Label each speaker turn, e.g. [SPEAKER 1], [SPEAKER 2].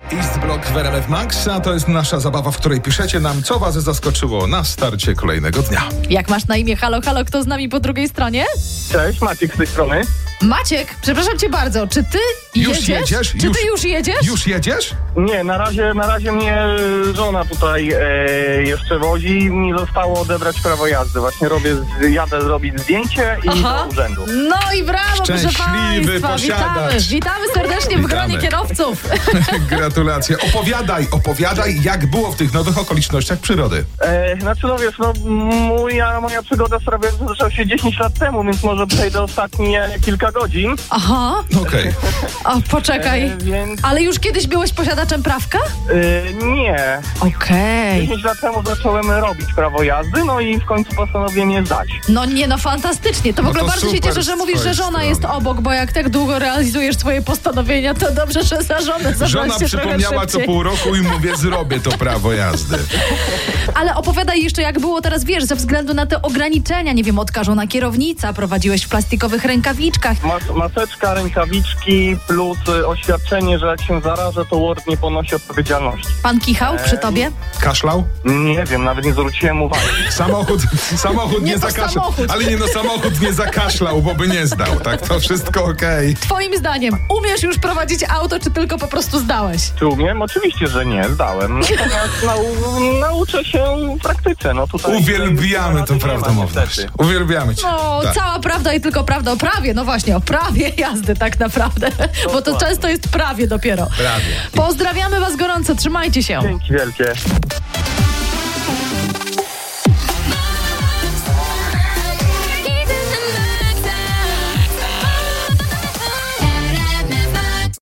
[SPEAKER 1] East Block w RMF Max, a to jest nasza zabawa, w której piszecie nam, co was zaskoczyło na starcie kolejnego dnia.
[SPEAKER 2] Jak masz na imię Halo Halo, kto z nami po drugiej stronie?
[SPEAKER 3] Cześć, Maciek z tej strony.
[SPEAKER 2] Maciek, przepraszam cię bardzo, czy ty
[SPEAKER 1] Już
[SPEAKER 2] jedziesz?
[SPEAKER 1] jedziesz?
[SPEAKER 2] Czy ty już jedziesz?
[SPEAKER 1] Już jedziesz?
[SPEAKER 3] Nie, na razie, na razie mnie żona tutaj e, jeszcze wozi. Mi zostało odebrać prawo jazdy. Właśnie robię, z- jadę zrobić zdjęcie i
[SPEAKER 2] Aha.
[SPEAKER 3] do urzędu.
[SPEAKER 2] No i brawo, proszę
[SPEAKER 1] Szczęśliwy
[SPEAKER 2] Państwa, witamy,
[SPEAKER 1] posiadacz.
[SPEAKER 2] witamy serdecznie w
[SPEAKER 1] Witamy.
[SPEAKER 2] gronie kierowców.
[SPEAKER 1] Gratulacje. Opowiadaj, opowiadaj, jak było w tych nowych okolicznościach przyrody.
[SPEAKER 3] E, znaczy, no wiesz, no moja, moja przygoda z prawem jazdy zaczęła się 10 lat temu, więc może przejdę ostatnie kilka godzin.
[SPEAKER 2] Aha,
[SPEAKER 1] Okej.
[SPEAKER 2] o, poczekaj.
[SPEAKER 3] E, więc
[SPEAKER 2] Ale już kiedyś byłeś posiadaczem prawka?
[SPEAKER 3] e, nie.
[SPEAKER 2] Okej.
[SPEAKER 3] 10 lat temu zacząłem robić prawo jazdy, no i w końcu postanowiłem je zdać.
[SPEAKER 2] No nie, no fantastycznie. To w
[SPEAKER 1] No
[SPEAKER 2] ogóle
[SPEAKER 1] to
[SPEAKER 2] bardzo się
[SPEAKER 1] super
[SPEAKER 2] cieszę, że
[SPEAKER 1] z
[SPEAKER 2] mówisz, że
[SPEAKER 1] twojej
[SPEAKER 2] żona
[SPEAKER 1] strony.
[SPEAKER 2] jest obok, bo jak tak długo realizujesz swoje postanowienia, to dobrze, że za żonę
[SPEAKER 1] Żona
[SPEAKER 2] zabrałeś się trochę
[SPEAKER 1] przypomniała co
[SPEAKER 2] szybciej.
[SPEAKER 1] pół roku i mówię, zrobię to prawo jazdy.
[SPEAKER 2] Ale opowiadaj jeszcze, jak było teraz, wiesz, ze względu na te ograniczenia, nie wiem, odkażona kierownica, prowadziłeś w plastikowych rękawiczkach.
[SPEAKER 3] Mas maseczka, rękawiczki plus y, oświadczenie, że jak się zarażę, to Word nie ponosi odpowiedzialności.
[SPEAKER 2] Pan kichał przy tobie?
[SPEAKER 1] Kaszlał?
[SPEAKER 3] Nie wiem, nawet nie zwróciłem uwagi.
[SPEAKER 1] Samochód, samochód nie,
[SPEAKER 2] Nie, to
[SPEAKER 1] zakaszlał.
[SPEAKER 2] samochód.
[SPEAKER 1] Ale nie no, samochód nie zakaszlał, bo by nie zdał. Tak, to wszystko okej.
[SPEAKER 2] Twoim zdaniem, umiesz już prowadzić auto, czy tylko po prostu zdałeś?
[SPEAKER 3] Czy umiem? Oczywiście, że nie, zdałem. Natomiast nau nauczę się w praktyce. No tutaj
[SPEAKER 1] Uwielbiamy tą
[SPEAKER 3] nie ma
[SPEAKER 1] prawdomowność.
[SPEAKER 3] niestety.
[SPEAKER 1] Uwielbiamy cię.
[SPEAKER 2] No,
[SPEAKER 1] Tak.
[SPEAKER 2] cała prawda i tylko prawda o prawie. No właśnie, o prawie jazdy tak naprawdę. Bo to
[SPEAKER 3] Dokładnie.
[SPEAKER 2] często jest prawie dopiero.
[SPEAKER 1] Prawie.
[SPEAKER 2] Pozdrawiamy Was gorąco, trzymajcie się.
[SPEAKER 3] Dzięki wielkie.